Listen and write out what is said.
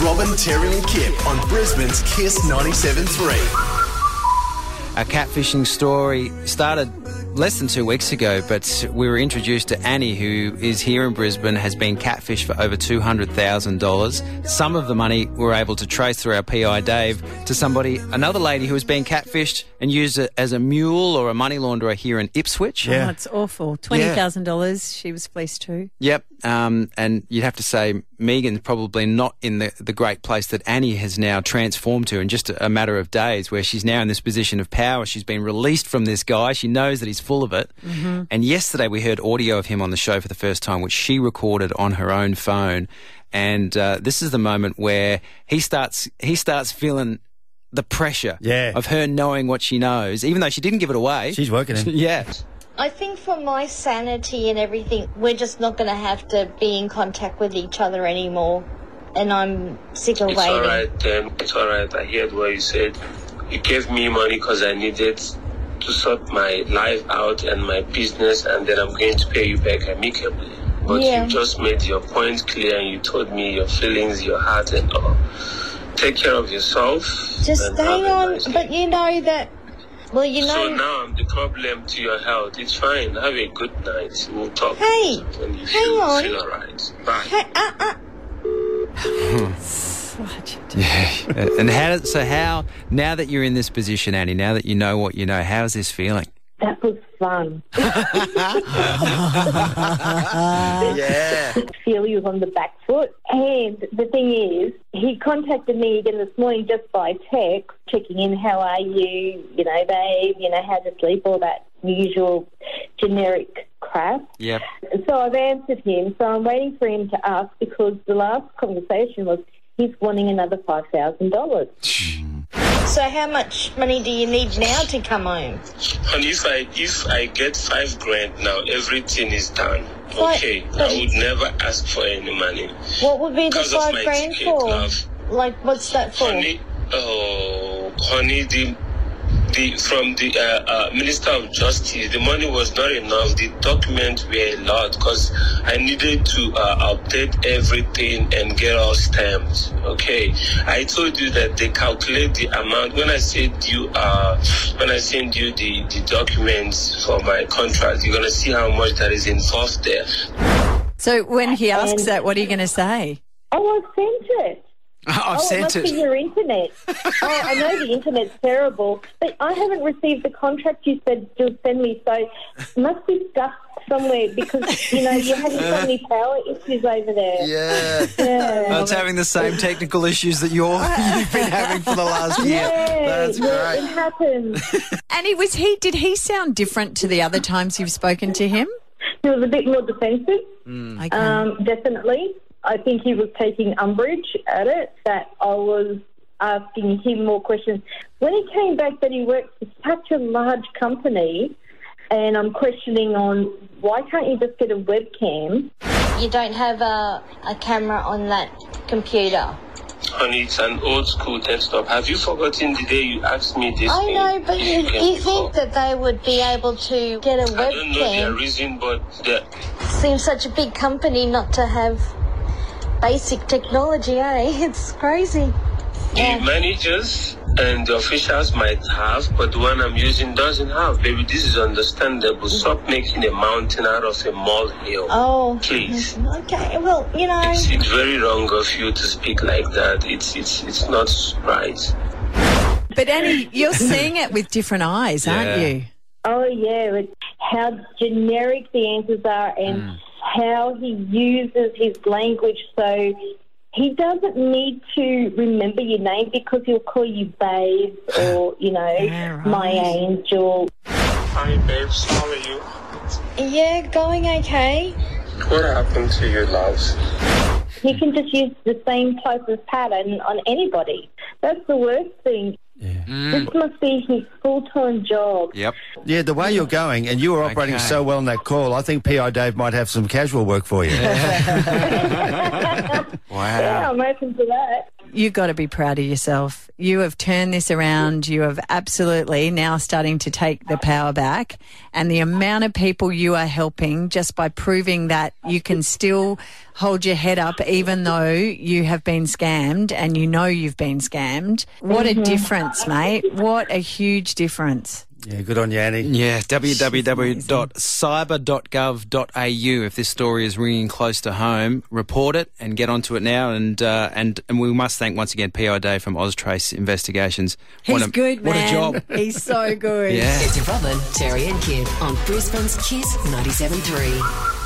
Robin, Terry, and Kip on Brisbane's Kiss 97.3. Our catfishing story started less than two weeks ago, but we were introduced to Annie, who is here in Brisbane, has been catfished for over $200,000. Some of the money we're able to trace through our PI, Dave, to somebody, another lady who was being catfished and used a- as a mule or a money launderer here in Ipswich. Oh, it's awful. Twenty thousand dollars. She was fleeced too. Yep. Um, and you'd have to say Megan's probably not in the, the great place that Annie has now transformed to in just a, a matter of days, where she's now in this position of power. She's been released from this guy. She knows that he's full of it. Mm-hmm. And yesterday we heard audio of him on the show for the first time, which she recorded on her own phone. And uh, this is the moment where he starts he starts feeling the pressure Yeah. of her knowing what she knows, even though she didn't give it away. She's working him. yeah. I think for my sanity and everything, we're just not going to have to be in contact with each other anymore. And I'm sick of It's waiting. alright, um, it's alright. I heard what you said. You gave me money because I needed to sort my life out and my business, and then I'm going to pay you back amicably. But Yeah. you just made your point clear and you told me your feelings, your heart, and all. Take care of yourself. Just and have hang a on. nice day. But you know that. Well, you So know. now I'm the problem to your health. It's fine. Have a good night. We'll talk. Hey, when you hang feel, on. Feel alright. Bye. Hey, uh, uh, and how did, so how now that you're in this position annie now that you know what you know how's this feeling That was fun. Yeah. feel he was on the back foot. And the thing is, he contacted me again this morning just by text, checking in, how are you, you know, babe, you know, how'd you sleep, all that usual generic crap. yep So I've answered him. So I'm waiting for him to ask because the last conversation was he's wanting another $5,000. so how much money do you need now to come home? And if I if I get five grand now, everything is done. What? Okay, But- I would never ask for any money. What would be the Because of five my grand ticket, for? love. Like, what's that for? Honey, oh, honey, the the from the uh, uh, minister of justice, the money was not enough. The documents were a lot because I needed to uh, update everything and get all stamped. Okay, I told you that they calculate the amount when I send you uh, when I send you the the documents for my contract. You're gonna see how much that is involved there. So when he asks And- that, what are you going to say? Oh, I've sent it. i've oh, it sent must it be your internet. oh, I know the internet's terrible, but I haven't received the contract you said you'll send me, so it must be stuck somewhere because, you know, you're having so many power issues over there. Yeah. Yeah. that's Oh, having the same technical issues that you're you've been having for the last year Yeah, that's yeah, great. It happens. Annie, was he? Did he sound different to the other times you've spoken to him? He was a bit more defensive, Okay. um, definitely. I think he was taking umbrage at it that I was asking him more questions. When he came back that he worked for such a large company, and I'm questioning on why can't you just get a webcam? You don't have a, a camera on that computer. Honey, it's an old school desktop. Have you forgotten the day you asked me this? I thing? know, but you, came you before? think that they would be able to get a I don't know their webcam? reason, but the, Seems such a big company not to have basic technology, eh? It's crazy. the managers and the officials might have, but the one I'm using doesn't have. Baby, this is understandable. Stop making a mountain out of a molehill. Oh. Please. Okay, well, you know. It's, it's very wrong of you to speak like that. It's it's it's not right. but Annie, you're seeing it with different eyes, aren't Yeah. you? Oh yeah, it's how generic the answers are and Mm. how he uses his language. So he doesn't need to remember your name because he'll call you babe or you know Yeah, right. my angel. Hi, babes. How are you? Yeah, going okay. What happened to you, loves? He can just use the same type of pattern on anybody. That's the worst thing. This must be his full-time job. yep Yeah, the way you're going, and you were operating Okay. so well in that call, I think PI Dave might have some casual work for you. wow Yeah, I'm open to that. you got to be proud of yourself. You have turned this around. You have absolutely now starting to take the power back. And the amount of people you are helping just by proving that you can still hold your head up, even though you have been scammed and you know you've been scammed. What a difference, mate. What a huge difference. Yeah, good on you, Annie. Yeah, www.cyber.gov.au. If this story is ringing close to home, report it and get onto it now. And uh, and and we must thank once again PI Day from Oztrace Investigations. He's what a, good, What man. a job. He's so good. Yeah. It's Robin, Terry, and Kid on Brisbane's Kiss 97.3.